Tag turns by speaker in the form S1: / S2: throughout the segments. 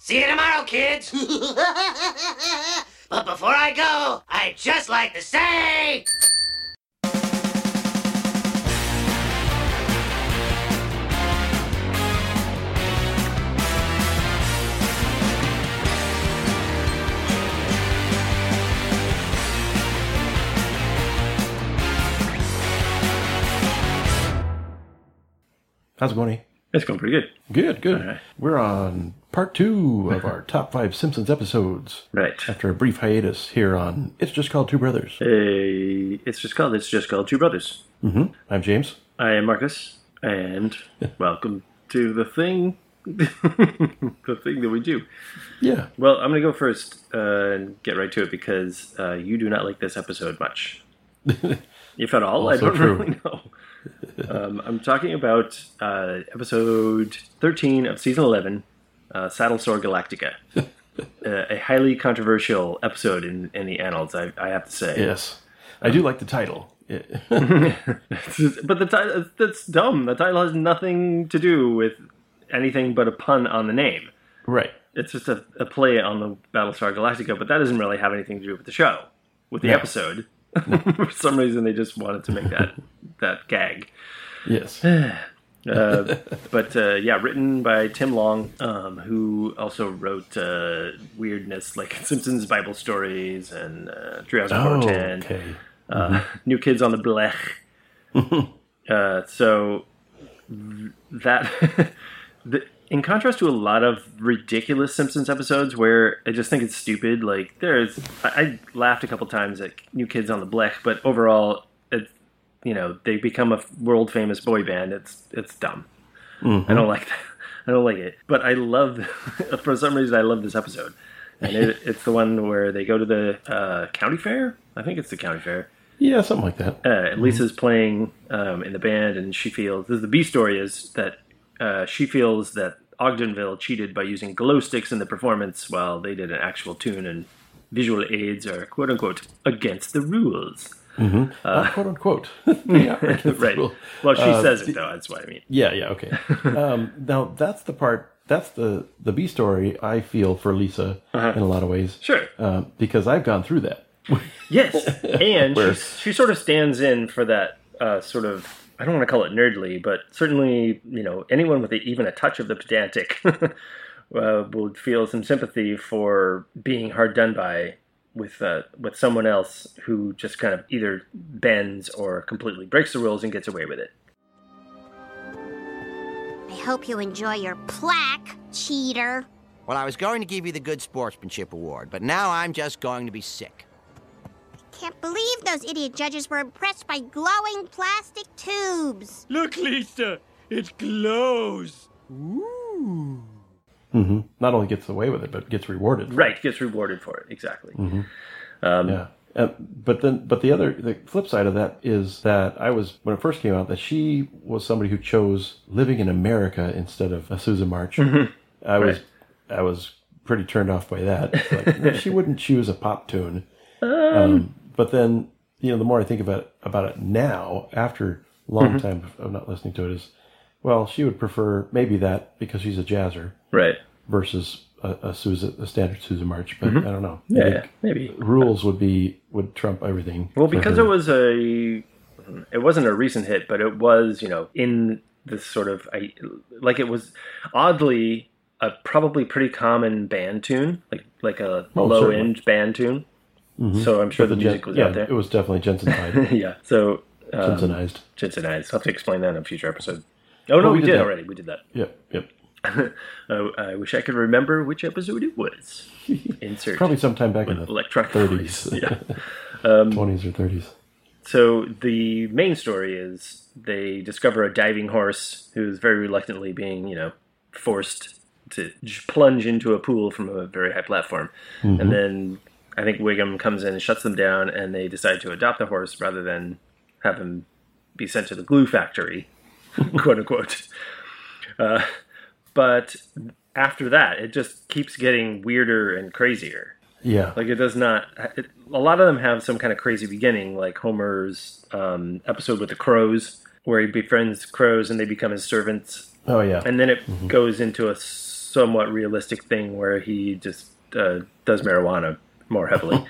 S1: See you tomorrow, kids. but before I go, I'd just like to say.
S2: How's it going? E?
S3: That's going pretty good.
S2: Good, good.
S3: right.
S2: We're on part two of our top five Simpsons episodes
S3: Right.
S2: after a brief hiatus here on It's Just Called Two Brothers.
S3: Uh, it's just called It's Just Called Two Brothers.
S2: I'm James.
S3: I am Marcus, and welcome to the thing. the thing that we do.
S2: Yeah.
S3: Well, I'm going to go first uh, and get right to it because uh, you do not like this episode much. if at all, I
S2: Also
S3: don't
S2: true.
S3: really know. Um, I'm talking about uh, episode 13 of season 11, uh, Saddle Sore Galactica. uh, a highly controversial episode in, in the annals, I, I have to say.
S2: Yes. I do like the title. It-
S3: but the title that's dumb. The title has nothing to do with anything but a pun on the name.
S2: right.
S3: It's just a, a play on the Battlestar Galactica, but that doesn't really have anything to do with the show, with the
S2: No.
S3: episode. For some reason, they just wanted to make that that gag.
S2: Yes.
S3: Uh, but uh, yeah, written by Tim Long, um, who also wrote uh, weirdness like Simpsons Bible stories and uh, Treehouse of
S2: Oh,
S3: Horror Ten.
S2: okay.
S3: Uh New Kids on the Blech. uh, so th- that, the, in contrast to a lot of ridiculous Simpsons episodes where I just think it's stupid, like there's, I, I laughed a couple times at New Kids on the Blech, but overall, it, you know, they become a world famous boy band. It's it's dumb. I don't like that. I don't like it. But I love, for some reason, I love this episode. And it, it's the one where they go to the uh, county fair. I think it's the county fair
S2: Yeah, something like that.
S3: uh, Lisa's playing um, in the band, and she feels this is the B story is that uh, she feels that Ogdenville cheated by using glow sticks in the performance while they did an actual tune, and visual aids are quote unquote against the rules.
S2: Not quote unquote. Uh, yeah.
S3: Uh, Right. Well, she says it though. That's what I mean.
S2: Yeah, yeah, okay. um, now that's the part. That's the the B story. I feel for Lisa in a lot of ways.
S3: Uh-huh. Sure.
S2: Um, because I've gone through that.
S3: Yes, and she she sort of stands in for that uh, sort of I don't want to call it nerdly, but certainly you know anyone with a, even a touch of the pedantic uh, would feel some sympathy for being hard done by with uh, with someone else who just kind of either bends or completely breaks the rules and gets away with it.
S4: I hope you enjoy your plaque, cheater.
S5: Well, I was going to give you the Good Sportsmanship Award, but now I'm just going to be sick.
S4: Can't believe those idiot judges were impressed by glowing plastic tubes.
S6: Look, Lisa, it glows.
S2: hmm Not only gets away with it, but gets rewarded.
S3: Right, gets rewarded for it exactly.
S2: Yeah. Uh, but then, but the other, the flip side of that is that I was when it first came out that she was somebody who chose living in America instead of a Susan March.
S3: Mm-hmm.
S2: I was, I was pretty turned off by that. It's Like, no, she wouldn't choose a pop tune. Um, but then, you know, the more I think about about it now, after a long
S3: Mm-hmm.
S2: time of- of not listening to it, is well, she would prefer maybe that because she's a jazzer
S3: Right.
S2: versus a, a Susan, a standard Susan March. But I don't know. I
S3: Mm-hmm. Yeah,
S2: think-
S3: yeah, maybe.
S2: rules would be would trump everything.
S3: Well, because
S2: Mm-hmm.
S3: it was a, it wasn't a recent hit, but it was you know in this sort of I like it was oddly a probably pretty common band tune, like like a
S2: Oh,
S3: low
S2: certainly. Mm-hmm.
S3: end band tune. So I'm sure the music was
S2: yeah,
S3: out there.
S2: it was definitely Jensenized.
S3: yeah. So uh,
S2: Jensenized.
S3: Jensen and I I'll have to explain that in a future episode. Oh no,
S2: we
S3: we,
S2: did
S3: did
S2: that.
S3: already. We did that.
S2: Yep, yep.
S3: Uh, I wish I could remember which episode it was. Insert
S2: Probably sometime back in the
S3: electronic
S2: thirties,
S3: voice. Yeah.
S2: twenties or thirties.
S3: So the main story is they discover a diving horse who's very reluctantly being, you know, forced to j- plunge into a pool from a very high platform. And then I think Wiggum comes in and shuts them down, and they decide to adopt the horse rather than have him be sent to the glue factory, quote unquote. Uh, but after that, it just keeps getting weirder and crazier.
S2: Yeah,
S3: Like it does not. It, a lot of them have some kind of crazy beginning, like Homer's um, episode with the crows, where he befriends crows and they become his servants,
S2: oh yeah,
S3: and then it goes into a s- somewhat realistic thing where he just uh, does marijuana more heavily.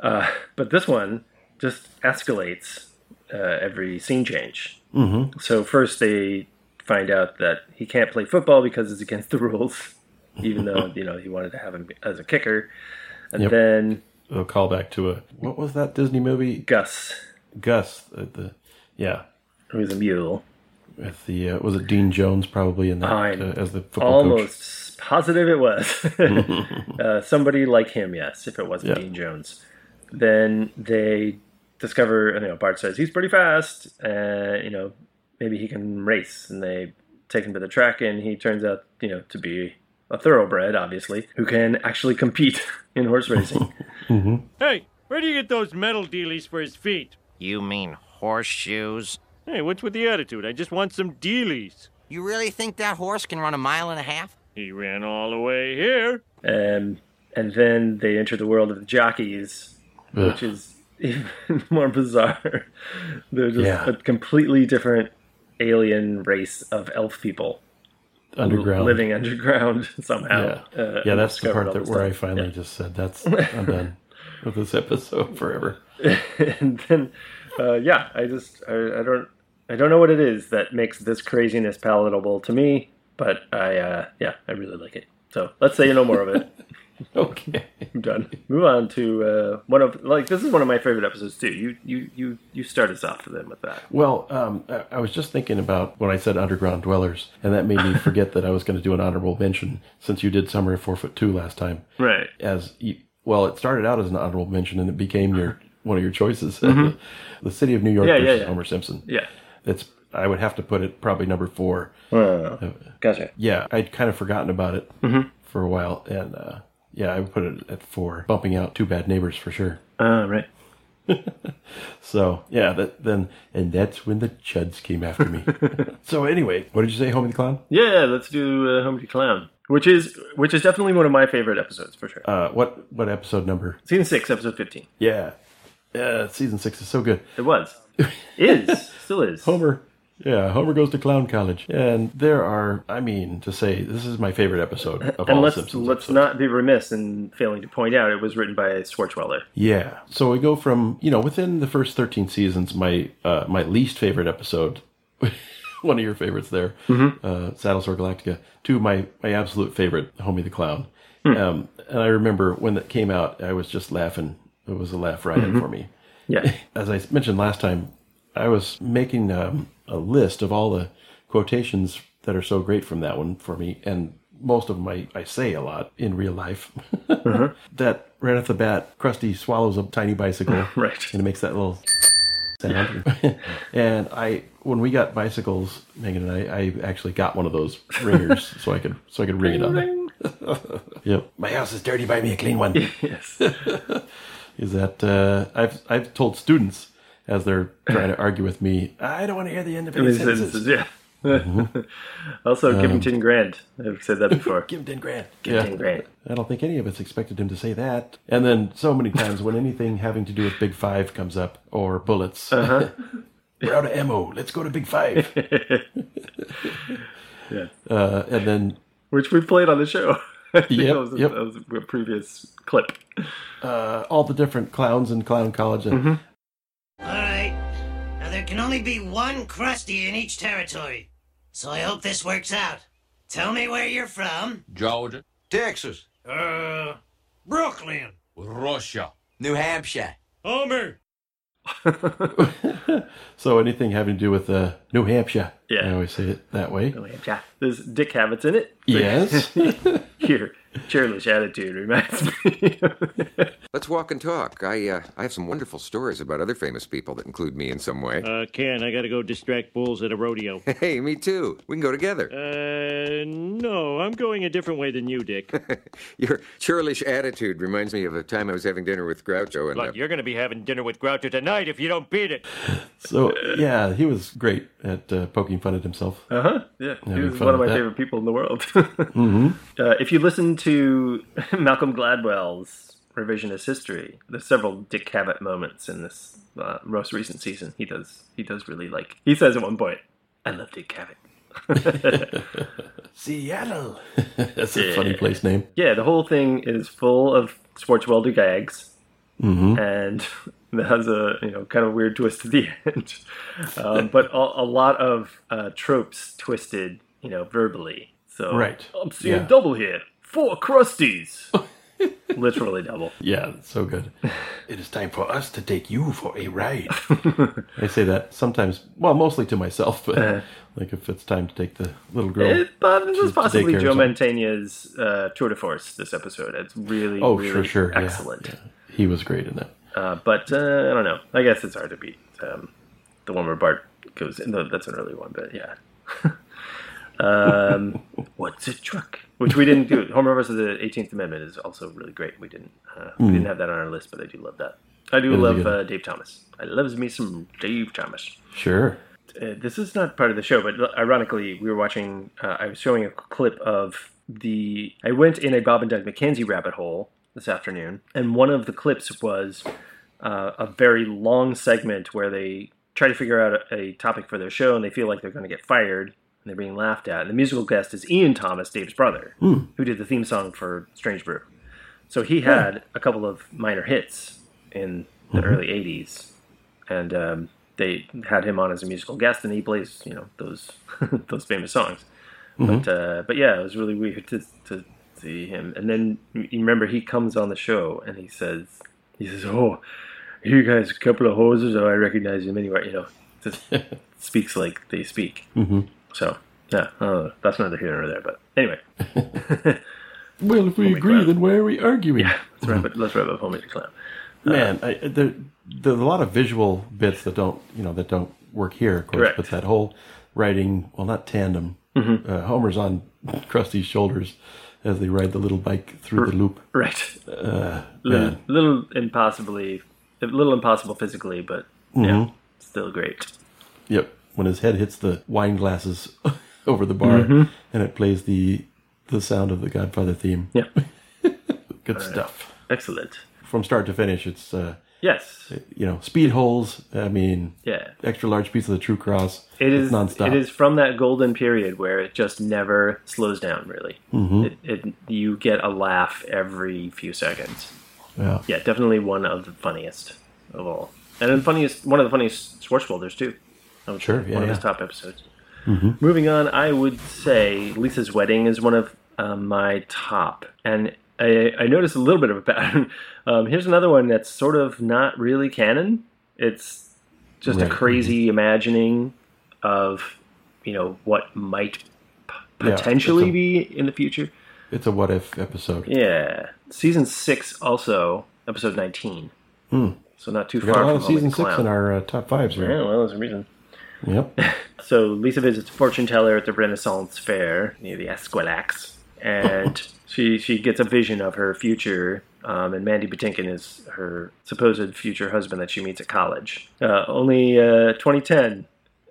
S3: uh, but this one just escalates uh, every scene change. Mm-hmm. So first they find out that he can't play football because it's against the rules, even though you know he wanted to have him as a kicker. And
S2: Yep.
S3: then
S2: A callback to a what was that Disney movie?
S3: Gus,
S2: Gus. The, the yeah,
S3: who's a mule,
S2: with the uh, was it Dean Jones probably in that
S3: I'm
S2: uh, as the football coach.
S3: almost Oh, positive it was uh, somebody like him. Yes, if it wasn't
S2: Yeah.
S3: Dean Jones, then they discover. You know, Bart says he's pretty fast. Uh, you know, maybe he can race, and they take him to the track, and he turns out you know to be a thoroughbred, obviously, who can actually compete in horse racing.
S6: Hey, where do you get those metal dealies for his feet?
S5: You mean horseshoes?
S6: Hey, what's with the attitude? I just want some dealies.
S5: You really think that horse can run a mile and a half?
S6: He ran all the way here.
S3: um, and then they enter the world of the jockeys, which is even more bizarre. They're just
S2: Yeah.
S3: a completely different alien race of elf people
S2: underground
S3: living underground somehow.
S2: Yeah,
S3: uh,
S2: yeah,
S3: and
S2: that's the
S3: discovered
S2: part
S3: all
S2: that
S3: this
S2: where I
S3: stuff.
S2: finally just said that's I'm done with this episode forever.
S3: Yeah. and then, uh, yeah, I just I, I don't I don't know what it is that makes this craziness palatable to me, but I uh, yeah I really like it. So let's say you know more of it.
S2: Okay,
S3: I'm done. Move on to uh, one of like this is one of my favorite episodes too. You you you you start us off then with that.
S2: well, um, I, I was just thinking about when I said underground dwellers, and that made me forget that I was going to do an honorable mention since you did Summer of Four Foot Two last time.
S3: Right.
S2: as you, well, it started out as an honorable mention and it became your one of your choices. the city of New York
S3: Mm-hmm. Yeah, yeah,
S2: versus
S3: yeah.
S2: Homer Simpson.
S3: Yeah.
S2: That's I would have to put it probably number four.
S3: Gotcha.
S2: Yeah, I'd kind of forgotten about it
S3: Mm-hmm.
S2: for a while, and uh, yeah, I would put it at four, bumping out Two Bad Neighbors for sure.
S3: Uh, right.
S2: So yeah, that, then and that's when the Chuds came after me. so anyway, what did you say, Homie the Clown?
S3: Yeah. Let's do uh, Homie the Clown, which is which is definitely one of my favorite episodes for sure.
S2: Uh, what what episode number?
S3: Season six, episode fifteen.
S2: Yeah, yeah, season six is so good.
S3: It was, is, still is.
S2: Homer. Yeah, Homer goes to clown college, and there are. I mean, to say this is my favorite episode of
S3: And
S2: all
S3: let's
S2: Simpsons.
S3: let's
S2: episodes.
S3: not be remiss in failing to point out it was written by Swartzwelder.
S2: Yeah, so we go from you know within the first thirteen seasons, my uh, my least favorite episode, one of your favorites there,
S3: Mm-hmm.
S2: uh, Saddlesore Galactica, to my my absolute favorite, Homie the Clown.
S3: Hmm.
S2: Um, and I remember when that came out, I was just laughing. It was a laugh riot
S3: Mm-hmm.
S2: for me.
S3: Yeah.
S2: as I mentioned last time, I was making um, a list of all the quotations that are so great from that one for me, and most of them I, I say a lot in real life. Uh-huh. That right off the bat, Krusty swallows a tiny bicycle,
S3: Right.
S2: and it makes that little sound. and I, when we got bicycles, Megan and I, I actually got one of those ringers so I could so I could ring it on. there. Yep, my house is dirty. Buy me a clean one
S3: yes.
S2: is that uh, I've I've told students as they're trying to argue with me, I don't want to hear the end of any
S3: These
S2: sentences.
S3: sentences, yeah.
S2: Mm-hmm.
S3: also, give
S2: Um,
S3: him ten grand. I've said that before.
S2: Give him ten grand.
S3: Ten grand.
S2: I don't think any of us expected him to say that. And then so many times when anything having to do with Big Five comes up or bullets, we're out of ammo. Let's go to Big Five.
S3: Yeah.
S2: Uh, and then
S3: Which we played on the show. I think
S2: Yep,
S3: that, was a,
S2: yep.
S3: that was a previous clip.
S2: uh, all the different clowns in clown college. And
S1: All right. Now, there can only be one Krusty in each territory. So I hope this works out. Tell me where you're from.
S7: Georgia,
S5: Texas,
S6: Uh, Brooklyn.
S7: Russia,
S5: New Hampshire.
S6: Homer.
S2: So anything having to do with uh, New Hampshire,
S3: Yeah.
S2: I always say it that way.
S3: There's Dick Habits in it.
S2: Yes.
S3: Your churlish attitude reminds me.
S8: Let's walk and talk. I uh, I have some wonderful stories about other famous people that include me in some way.
S6: Uh, Ken, I gotta go distract bulls at a rodeo.
S8: hey, me too. We can go together.
S6: Uh, no, I'm going a different way than you, Dick.
S8: Your churlish attitude reminds me of a time I was having dinner with Groucho, and uh,
S6: Look, you're gonna be having dinner with Groucho tonight if you don't beat it.
S2: So yeah, Uh. he was great at uh, poking fun at himself.
S3: yeah, he
S2: having
S3: was
S2: fun
S3: one of my
S2: with that. Mm-hmm.
S3: favorite people in the world. uh, if you listen to Malcolm Gladwell's Revisionist History, there's several Dick Cavett moments in this uh, most recent season. He does he does really like. He says at one point, "I love Dick Cavett."
S2: Seattle. That's a funny place name.
S3: Yeah, the whole thing is full of sports welder gags,
S2: Mm-hmm.
S3: and that has a you know kind of weird twist at the end, um, but a, a lot of uh, tropes twisted, you know, verbally. So
S2: Right.
S3: I'm seeing
S2: Yeah.
S3: double here, four crusties, literally double.
S2: Yeah, it's so good. it is time for us to take you for a ride. I say that sometimes, well, mostly to myself, but like if it's time to take the little girl.
S3: It, but this is
S2: to
S3: possibly
S2: daycare or
S3: Joe
S2: something.
S3: Mantegna's uh, tour de force. This episode, it's really,
S2: oh,
S3: really
S2: sure, sure. yeah,
S3: excellent.
S2: yeah. He was great in that.
S3: Uh, but uh, I don't know. I guess it's hard to beat um, the one where Bart goes. No, that's an early one, but yeah. um, what's a truck? Which we didn't do. Homer versus the Eighteenth Amendment is also really great. We didn't. Uh, We didn't have that on our list, but I do love that. I do
S2: is a
S3: love
S2: Hmm. good
S3: uh, Dave Thomas. I loves me some Dave Thomas
S2: Sure.
S3: uh, this is not part of the show, but ironically, we were watching. Uh, I was showing a clip of the. I went in a Bob and Doug McKenzie rabbit hole this afternoon, and one of the clips was uh, a very long segment where they try to figure out a, a topic for their show, and they feel like they're going to get fired, and they're being laughed at. And the musical guest is Ian Thomas, Dave's brother, who did the theme song for Strange Brew. So he had a couple of minor hits in the early '80s, and um, they had him on as a musical guest, and he plays you know those those famous songs. But uh, but yeah, it was really weird to, to see him. And then you remember he comes on the show and he says he says, "Oh, you guys, a couple of hoses. Oh, I recognize him anywhere." You know, just speaks like they speak. Mm-hmm. So yeah, uh, that's neither here nor there. But anyway,
S2: Well, if we agree,
S3: crap.
S2: then why are we arguing?
S3: let's wrap it. Let's wrap up homemade clown.
S2: Man, I, there, there's a lot of visual bits that don't, you know, that don't work here, of course.
S3: Correct. Mm-hmm.
S2: But that whole writing, well, not tandem. Uh, Homer's on Krusty's shoulders as they ride the little bike through the loop.
S3: Right.
S2: Uh, Yeah.
S3: little, little impossibly, a little impossible physically, but
S2: Mm-hmm.
S3: yeah, still great.
S2: Yep. When his head hits the wine glasses over the bar,
S3: Mm-hmm.
S2: and it plays the the sound of the Godfather theme.
S3: Yeah,
S2: Good stuff.
S3: excellent.
S2: From start to finish, it's uh,
S3: Yes,
S2: you know speed holes. I mean,
S3: yeah.
S2: extra large piece of the True Cross.
S3: It
S2: it's
S3: is.
S2: nonstop.
S3: It is from that golden period where it just never slows down. Really,
S2: Mm-hmm.
S3: it, it you get a laugh every few seconds.
S2: Yeah.
S3: Yeah, definitely one of the funniest of all, and the funniest one of the funniest Schwartzwalders too. That was
S2: Sure,
S3: One
S2: yeah,
S3: of his
S2: yeah. Mm-hmm.
S3: top episodes. Moving on, I would say Lisa's wedding is one of um, my top, and I, I noticed a little bit of a pattern. Um, here's another one that's sort of not really canon. It's just
S2: Right. mm-hmm.
S3: a crazy imagining of you know what might p-
S2: Yeah, it's
S3: potentially
S2: a-
S3: be in the future.
S2: It's a what if episode.
S3: Yeah, season six also episode nineteen. So not too
S2: Hmm. We got
S3: far
S2: a lot
S3: from
S2: of season
S3: Homemade
S2: six
S3: Clown.
S2: in our uh, top fives here.
S3: Yeah, well, there's a reason.
S2: Yep.
S3: So Lisa visits a fortune teller at the Renaissance Fair near the Esquilax, and she she gets a vision of her future. Um, and Mandy Patinkin is her supposed future husband that she meets at college. Uh, only uh, 2010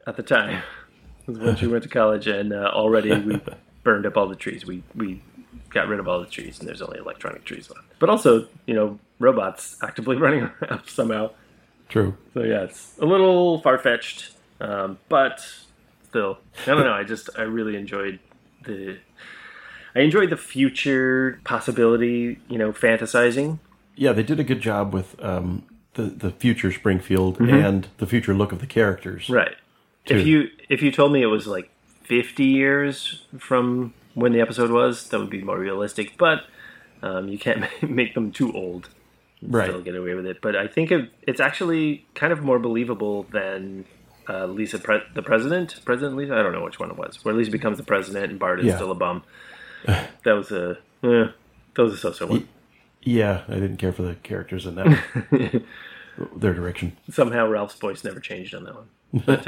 S3: at the time was when she went to college, and uh, already we burned up all the trees. We we got rid of all the trees, and there's only electronic trees left. But also, you know, robots actively running around somehow.
S2: True.
S3: So yeah, it's a little far fetched, um, but still, I don't know. I just I really enjoyed the. I enjoyed the future possibility, you know, fantasizing.
S2: Yeah, they did a good job with um, the the future Springfield and the future look of the characters.
S3: Mm-hmm. Right. If
S2: True.
S3: you if you told me it was like fifty years from when the episode was, that would be more realistic. But um, you can't make them too old.
S2: Right.
S3: Still get away with it. But I think it, it's actually kind of more believable than uh, Lisa, pre- the president, President Lisa. I don't know which one it was. Where Lisa becomes the president and Bart is
S2: Yeah.
S3: still a bum. that was a eh, that was a so-so one.
S2: Yeah, I didn't care for the characters in that. one. Their direction.
S3: somehow Ralph's voice never changed on that one. But,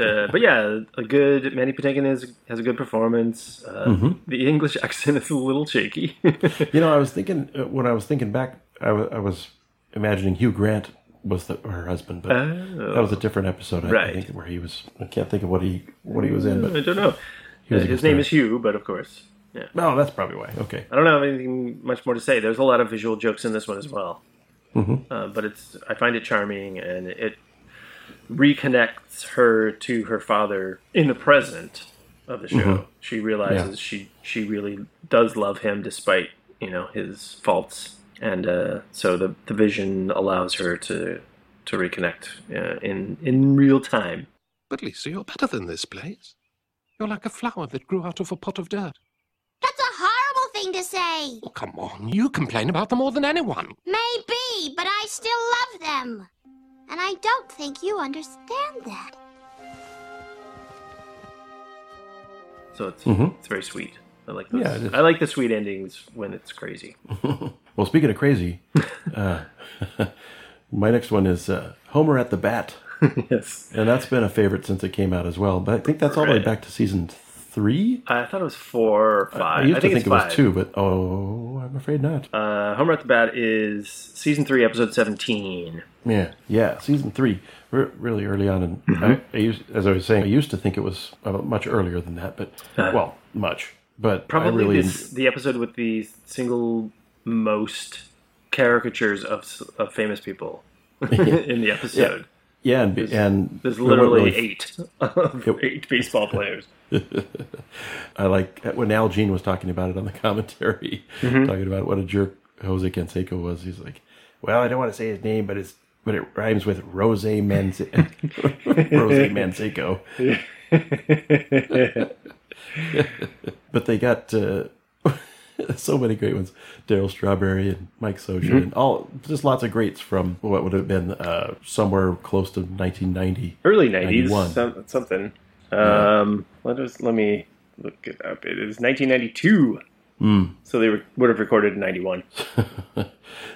S3: uh, but yeah, a good Manny Patinkin is, has a good performance. Uh,
S2: Mm-hmm.
S3: The English accent is a little shaky.
S2: You know, I was thinking uh, when I was thinking back, I wa- I was imagining Hugh Grant was the, her husband, but that was a different episode, I, I
S3: Oh. Right.
S2: think, where he was. I can't think of what he what he was in,
S3: I
S2: but
S3: don't know. Uh,
S2: he was a
S3: His
S2: good
S3: name is
S2: star.
S3: Hugh, but of course,
S2: No, that's probably why. Okay,
S3: I don't have anything much more to say. There's a lot of visual jokes in this one as well,
S2: Mm-hmm.
S3: uh, but it's I find it charming and it reconnects her to her father in the present, of the show.
S2: Mm-hmm.
S3: She realizes she she really does love him despite you know his faults, and uh, so the the vision allows her to to reconnect uh, in in real time.
S7: But Lisa, you're better than this place. You're like a flower that grew out of a pot of dirt.
S4: That's a horrible thing to say.
S7: Oh, come on. You complain about them more than anyone.
S4: Maybe, but I still love them. And I don't think you understand that.
S3: So it's it's very sweet. I like those.
S2: Mm-hmm. Yeah, it is.
S3: I like the sweet endings when it's crazy.
S2: Well, speaking of crazy, uh, my next one is uh, Homer at the Bat.
S3: yes,
S2: And that's been a favorite since it came out as well. But I think that's all the way
S3: Right.
S2: back to season three.
S3: I thought it was four or five.
S2: I used to
S3: it's
S2: think it was
S3: five.
S2: two, but oh, I'm afraid not.
S3: Uh, Homer at the Bat is season three, episode seventeen.
S2: Yeah, yeah. Season three, re- really early on, and
S3: Mm-hmm.
S2: I, I used, as I was saying, I used to think it was uh, much earlier than that, but well, much. But I
S3: Probably
S2: really,
S3: this, the episode with the single most caricatures of s- of famous people in the episode.
S2: yeah, and, and
S3: There's
S2: we weren't
S3: literally
S2: really-
S3: eight of eight baseball players.
S2: I like when Al Jean was talking about it on the commentary, talking about what a jerk Jose Canseco was. He's like, "Well, I don't want to say his name, but it's but it rhymes with Rose Manse- Rose Manseco." but they got uh, so many great ones: Daryl Strawberry and Mike Socha, and all just lots of greats from what would have been uh, somewhere close to 1990.
S3: Early nineties,
S2: 91.
S3: some, something. Um, let us let me look it up. It is 1992.
S2: Hmm.
S3: So they re- would have recorded in 91.
S2: uh,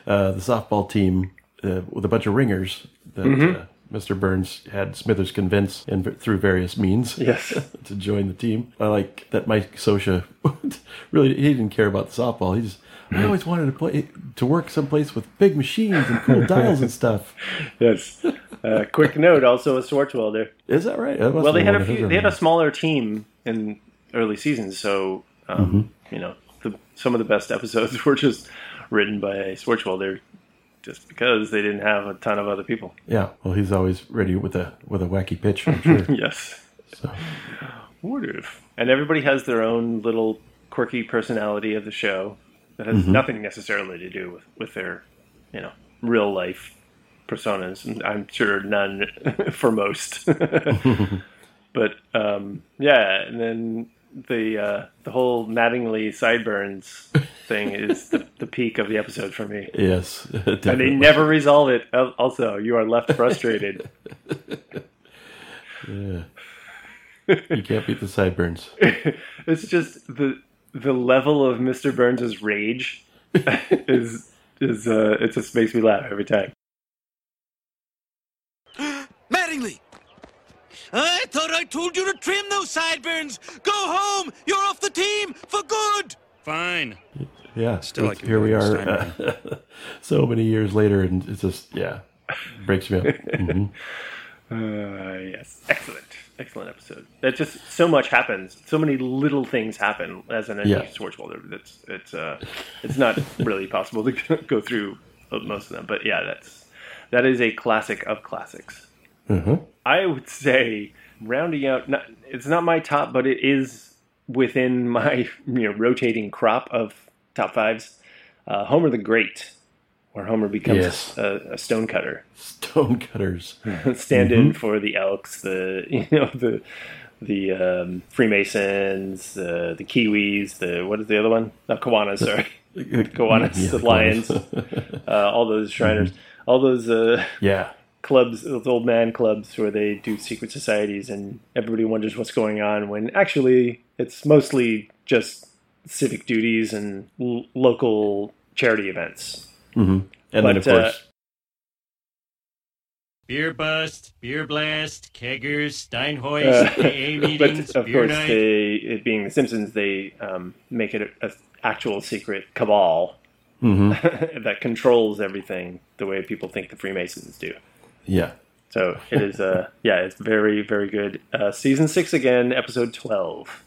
S2: the softball team uh, with a bunch of ringers that
S3: Mm-hmm.
S2: uh, Mr. Burns had Smithers convince and through various means
S3: Yes.
S2: to join the team. I like that Mike Sosha really he didn't care about the softball. He just
S3: Mm.
S2: I always wanted to play to work someplace with big machines and cool dials and stuff.
S3: yes. Uh, quick note: also a Swartzwelder.
S2: Is that right?
S3: Well, they had a few. They had a smaller team in early seasons, so um, you know the, some of the best episodes were just written by Swartzwelder, just because they didn't have a ton of other people.
S2: yeah. Well, he's always ready with a with a wacky pitch. I'm sure.
S3: Yes. What if? And everybody has their own little quirky personality of the show that has nothing necessarily to do with, with their, you know, real life personas. And I'm sure none for most. but um, yeah, and then the uh, the whole Mattingly sideburns thing is the, the peak of the episode for me.
S2: yes,
S3: And they
S2: definitely.
S3: never resolve it. Al- Also, you are left frustrated.
S2: you can't beat the sideburns.
S3: It's just the the level of Mr. Burns' rage is is uh, it just makes me laugh every time.
S9: Mattingly! I thought I told you to trim those sideburns! Go home! You're off the team for good!
S6: Fine.
S2: Yeah.
S9: Still, I
S2: it's-
S9: can
S2: here
S9: do
S2: we
S9: it this
S2: are,
S9: time
S2: uh, so many years later, and it's just yeah, breaks me up. Mhm.
S3: Uh, yes, excellent, excellent episode. That just so much happens. So many little things happen as an
S2: Yeah.
S3: yeah. Schwartzwelder. That's it's uh, it's not really possible to go through most of them. But yeah, that's that is a classic of classics.
S2: Mm-hmm.
S3: I would say rounding out. Not, it's not my top, but it is within my you know rotating crop of top fives. Uh, Homer the Great, where Homer becomes
S2: Yes.
S3: a, a stonecutter
S2: Stonecutters.
S3: stand in for the Elks, the you know the the um, Freemasons, the the Kiwis, the what is the other one? Not Kiwanis, sorry, Kiwanis,
S2: Yeah,
S3: the
S2: Kiwanis.
S3: Lions, uh, all those Shriners, all those uh,
S2: Yeah.
S3: clubs, those old man clubs where they do secret societies and everybody wonders what's going on when actually it's mostly just civic duties and l- local charity events.
S2: mm-hmm. And then, of
S3: But, uh,
S2: course,
S6: Beer bust, beer blast, keggers, Steinhoist, AA meetings,
S3: Uh, but of
S6: beer
S3: course,
S6: night.
S3: they, it being The Simpsons, they um, make it an actual secret cabal that controls everything the way people think the Freemasons do.
S2: yeah.
S3: So it is, uh, yeah, it's very, very good. Uh, season six again, episode twelve.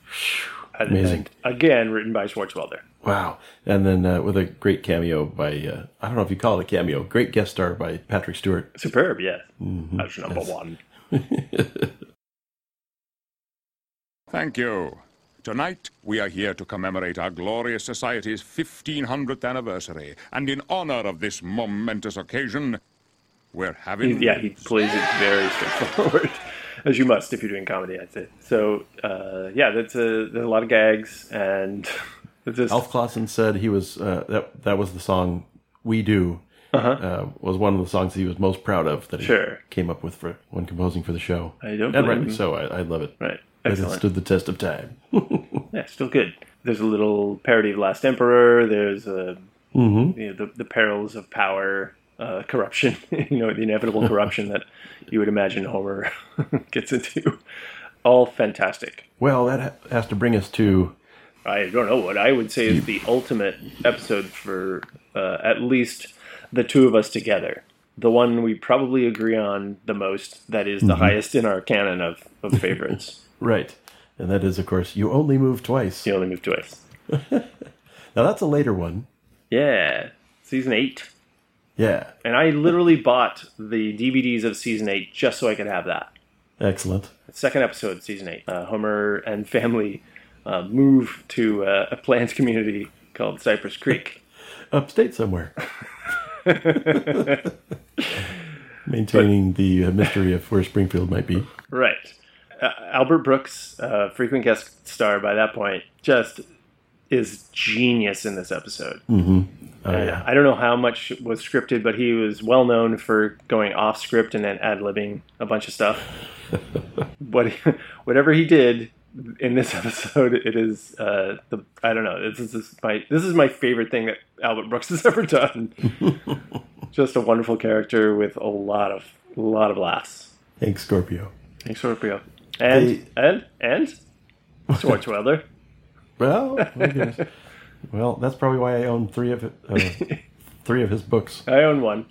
S3: And-
S2: Amazing.
S3: and again, written by Schwartzwelder.
S2: Wow. And then uh, with a great cameo by, uh, I don't know if you call it a cameo, great guest star by Patrick Stewart.
S3: Superb, yes. That's number one.
S10: Thank you. Tonight, we are here to commemorate our glorious society's 1500th anniversary. And in honor of this momentous occasion, we're having.
S3: yeah, he plays it very straightforward, as you must if you're doing comedy. I'd say. So uh, yeah, that's a there's a lot of gags and it's just
S2: Alf Clausen said he was uh, that that was the song "We Do" uh-huh. uh, was one of the songs he was most proud of that he
S3: Sure.
S2: came up with for when composing for the show.
S3: I don't
S2: and
S3: blame
S2: rightly
S3: him.
S2: so. I, I love it.
S3: Right.
S2: That it
S3: Excellent.
S2: stood the test of time.
S3: yeah, still good. There's a little parody of Last Emperor. There's a
S2: Mhm.
S3: you know, the the perils of power, uh, corruption. you know, the inevitable corruption that you would imagine Homer gets into. All fantastic.
S2: Well, that ha- has to bring us to
S3: I don't know what I would say is the ultimate episode for uh, at least the two of us together. The one we probably agree on the most, that is the highest in our canon of, of favorites.
S2: right, and that is of course "You Only Move Twice."
S3: you only move twice.
S2: Now that's a later one.
S3: Yeah, season eight.
S2: Yeah,
S3: And I literally bought the DVDs of season eight just so I could have that.
S2: excellent.
S3: Second episode, season eight. Uh, Homer and family uh, move to uh, a planned community called Cypress Creek.
S2: Upstate somewhere. Maintaining the uh, mystery of where Springfield might be.
S3: Right. Uh, Albert Brooks, uh, frequent guest star by that point, just is genius in this episode.
S2: Oh yeah.
S3: I don't know how much was scripted, but he was well known for going off script and then ad libbing a bunch of stuff. what, whatever he did in this episode, it is uh, the I don't know. This is my this is my favorite thing that Albert Brooks has ever done. Just a wonderful character with a lot of a lot of laughs.
S2: Hank Scorpio.
S3: Thanks, Scorpio. And
S2: Hey.
S3: and and Schwartzwelder.
S2: Well, my goodness. well, that's probably why I own three of uh, three of his books.
S3: I own one.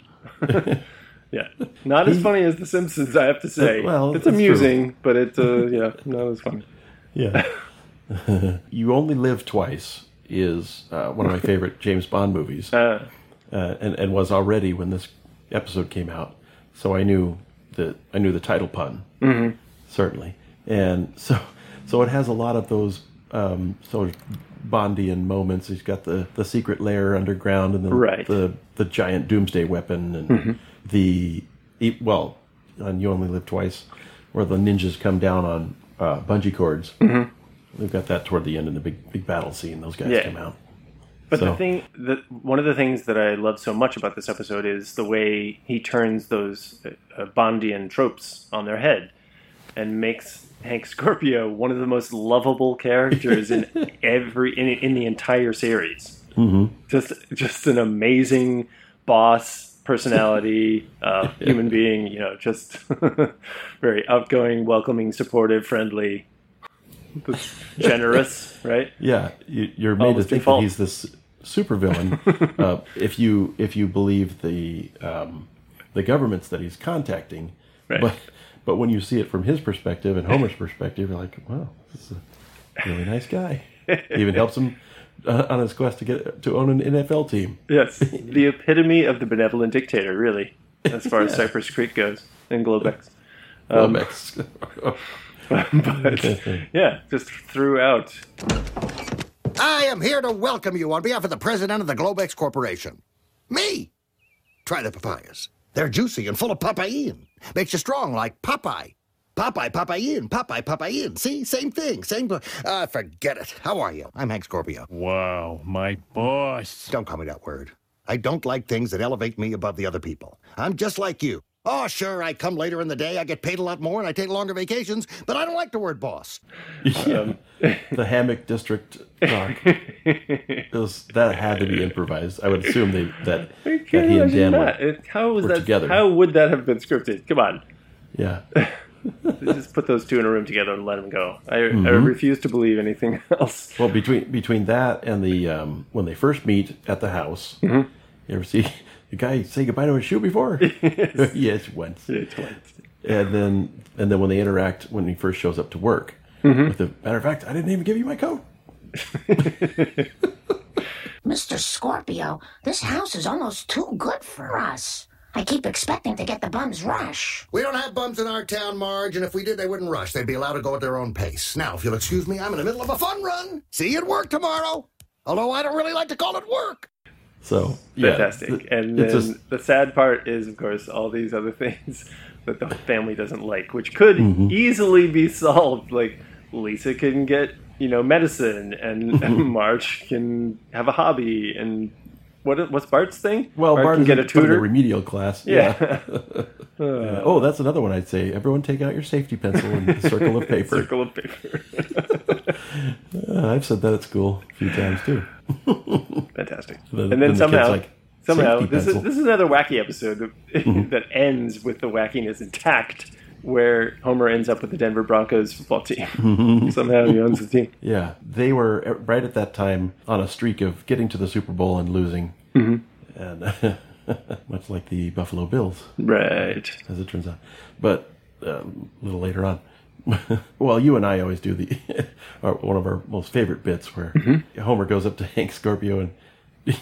S3: yeah, not as funny as The Simpsons, I have to say.
S2: Well,
S3: it's
S2: that's
S3: amusing, but it's uh, yeah, not as funny.
S2: Yeah. you only live twice is uh, one of my favorite James Bond movies,
S3: Uh,
S2: uh, and and was already when this episode came out. So I knew the I knew the title pun
S3: Mm-hmm.
S2: certainly, and so so it has a lot of those um, sort of Bondian moments. He's got the the secret lair underground, and the
S3: Right. Mm-hmm.
S2: the the giant doomsday weapon, and the e- well, on you only live twice, where the ninjas come down on uh, bungee cords. We've got that toward the end in the big big battle scene. Those guys
S3: Yeah.
S2: come out.
S3: But
S2: So-
S3: the thing that one of the things that I love so much about this episode is the way he turns those uh, Bondian tropes on their head and makes Hank Scorpio one of the most lovable characters in every in, in the entire series. Just just an amazing boss personality, uh, human being. You know, just very outgoing, welcoming, supportive, friendly, generous. Right?
S2: Yeah, you, you're made
S3: Almost
S2: to think
S3: default.
S2: that he's this supervillain uh, if you if you believe the um, the governments that he's contacting.
S3: Right.
S2: But but when you see it from his perspective and Homer's perspective, you're like, wow, this is a really nice guy. Even helps him uh, on his quest to get to own an NFL team.
S3: Yes, the epitome of the benevolent dictator, really, as far as Cypress Creek goes and Globex.
S2: Lomax.
S3: Um, But yeah, just throughout.
S11: I am here to welcome you on behalf of the president of the Globex Corporation. Me! Try the papayas. They're juicy and full of papain. Makes you strong like Popeye. Popeye, papain, Popeye, papain. See, same thing, same. Uh, forget it. How are you? I'm Hank Scorpio.
S6: Wow, my boss.
S11: Don't call me that word. I don't like things that elevate me above the other people. I'm just like you. Oh, sure, I come later in the day, I get paid a lot more, and I take longer vacations, but I don't like the word boss.
S3: um,
S2: the hammock district talk is that had to be improvised. I would assume they that that he and Dan
S3: that.
S2: were,
S3: It- how, was
S2: were
S3: that
S2: together.
S3: how would that have been scripted? Come on.
S2: yeah.
S3: just put those two in a room together and let them go. I, I
S2: Mm-hmm.
S3: refuse to believe anything else.
S2: Well, between between that and the um, when they first meet at the house,
S3: Mm-hmm.
S2: you ever see the guy say goodbye to his shoe before? yes, once.
S3: It's like,
S2: And then and then when they interact when he first shows up to work,
S3: Mm-hmm.
S2: with the matter of fact, I didn't even give you my coat.
S12: Mr. Scorpio, this house is almost too good for us. I keep expecting to get the bums rush.
S11: We don't have bums in our town, Marge, and if we did, they wouldn't rush. They'd be allowed to go at their own pace. Now, if you'll excuse me, I'm in the middle of a fun run. See you at work tomorrow. Although I don't really like to call it work.
S2: So
S3: fantastic.
S2: th-
S3: and then
S2: it's just-
S3: the sad part is, of course, all these other things that the family doesn't like, which could
S2: Mhm.
S3: easily be solved. Like Lisa can get you know medicine, and,
S2: Mm-hmm.
S3: and Marge can have a hobby, and what what's Bart's thing?
S2: Well,
S3: Bart
S2: Bart
S3: can get a tutor.
S2: remedial class.
S3: Yeah.
S2: Yeah. Oh, that's another one I'd say. Everyone take out your safety pencil and a circle of paper.
S3: Circle of paper.
S2: Uh, I've said that at school a few times too.
S3: Fantastic.
S2: The-
S3: and then,
S2: then the
S3: somehow,
S2: kid's like,
S3: somehow
S2: "Safety
S3: this is
S2: pencil."
S3: this is another wacky episode that,
S2: Mhm.
S3: that ends with the wackiness intact, where Homer ends up with the Denver Broncos football team.
S2: Mhm.
S3: somehow he owns the team.
S2: Yeah, they were uh, right at that time on a streak of getting to the Super Bowl and losing,
S3: Mhm.
S2: and much like the Buffalo Bills,
S3: right?
S2: As it turns out, but um, a little later on. well, you and I always do the our, one of our most favorite bits where
S3: Mhm.
S2: Homer goes up to Hank Scorpio and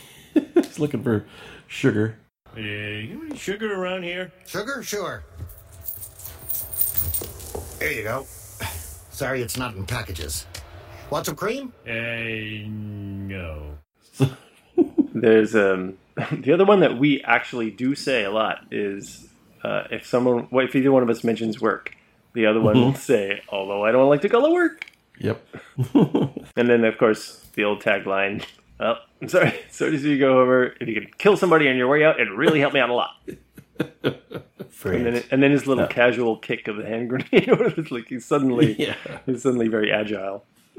S2: he's looking for sugar.
S6: Uh, you have any sugar around here?
S11: Sugar? Sure. There you go. Sorry it's not in packages. Want some cream?
S6: Uh, no.
S3: There's um the other one that we actually do say a lot is uh, if someone well, if either one of us mentions work, the other one will
S2: Mhm.
S3: say, "Although I don't like to call it work."
S2: Yep.
S3: and then of course the old tagline. Well, I'm sorry, sorry to see you go over. If you could kill somebody on your way out, it'd really help me out a lot. And then, and then his little
S2: Yeah.
S3: casual kick of the hand grenade, where it's like he's suddenly,
S2: Yeah.
S3: he's suddenly very agile.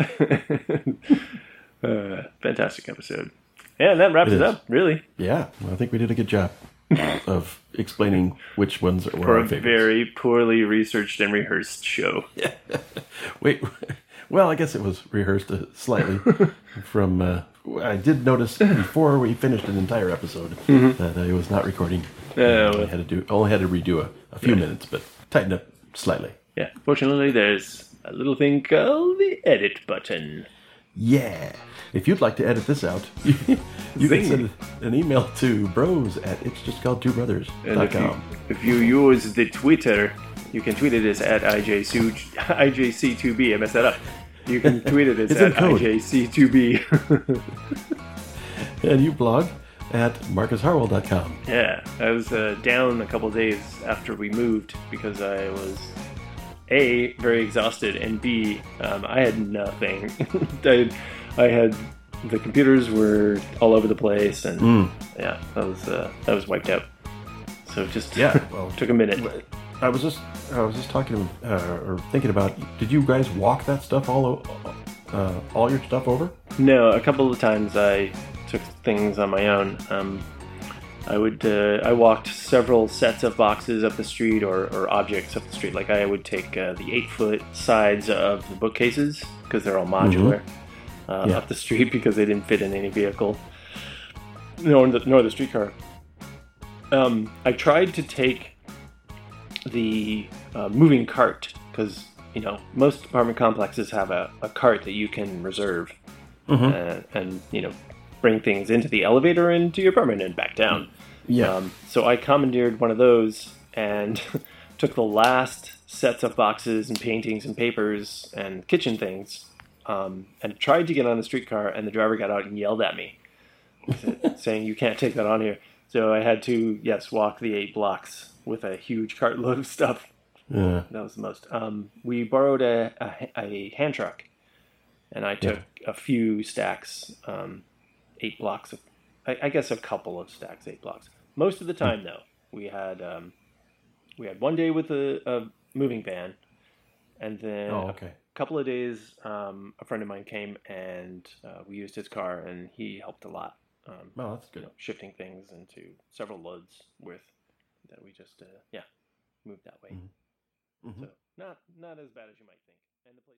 S3: uh, fantastic episode. Yeah, and that wraps
S2: It is.
S3: it, up. Really,
S2: Yeah, well, I think we did a good job of explaining which ones are
S3: for
S2: were
S3: a
S2: our favorite.
S3: very poorly researched and rehearsed show.
S2: Wait, well, I guess it was rehearsed uh, slightly from. Uh, I did notice before we finished an entire episode
S3: Mhm.
S2: that I was not recording.
S3: Yeah,
S2: I
S3: well.
S2: had to do only had to redo a, a few
S3: Yeah.
S2: minutes, but tighten up slightly.
S3: Yeah. Fortunately, there's a little thing called the edit button.
S2: Yeah. If you'd like to edit this out, you, you can
S3: Zing.
S2: send an email to bros at it's just called two brothers
S3: And
S2: dot
S3: if you,
S2: com.
S3: if you use the Twitter, you can tweet it as at IJC, IJC2B. I messed that up. You can tweet it as
S2: It's in
S3: at
S2: code.
S3: IJC2B.
S2: And you blog at marcusharwell.com.
S3: yeah, I was uh, down a couple days after we moved because I was a very exhausted and b um, I had nothing. I, I had the computers were all over the place and
S2: Mm.
S3: yeah, I was uh, I was wiped out. So just
S2: Yeah, well,
S3: took a minute.
S2: I was just I was just talking uh, or thinking about. Did you guys walk that stuff all o- uh, all your stuff over?
S3: No, a couple of times I took things on my own. Um, I would uh, I walked several sets of boxes up the street or, or objects up the street. Like I would take uh, the eight foot sides of the bookcases because they're all modular uh,
S2: Yeah.
S3: up the street because they didn't fit in any vehicle, nor the, nor the streetcar. Um, I tried to take the uh, moving cart because you know most apartment complexes have a, a cart that you can reserve
S2: Mhm.
S3: uh, and you know bring things into the elevator into your apartment and back down
S2: Yeah.
S3: um, so i commandeered one of those and took the last sets of boxes and paintings and papers and kitchen things um, and tried to get on the streetcar and the driver got out and yelled at me saying you can't take that on here. So I had to yes walk the eight blocks with a huge cartload of stuff.
S2: Yeah.
S3: That was the most. Um, we borrowed a, a a hand truck, and I took a few stacks, um, eight blocks of, I, I guess a couple of stacks, eight blocks. Most of the
S2: Hmm.
S3: time though, we had um, we had one day with a, a moving van, and then
S2: Oh, okay.
S3: a couple of days, um, a friend of mine came and uh, we used his car, and he helped a lot. Um,
S2: Oh, that's good.
S3: you know, shifting things into several loads worth that we just uh, yeah moved that way.
S2: Mhm.
S3: So not not as bad as you might think, and the place.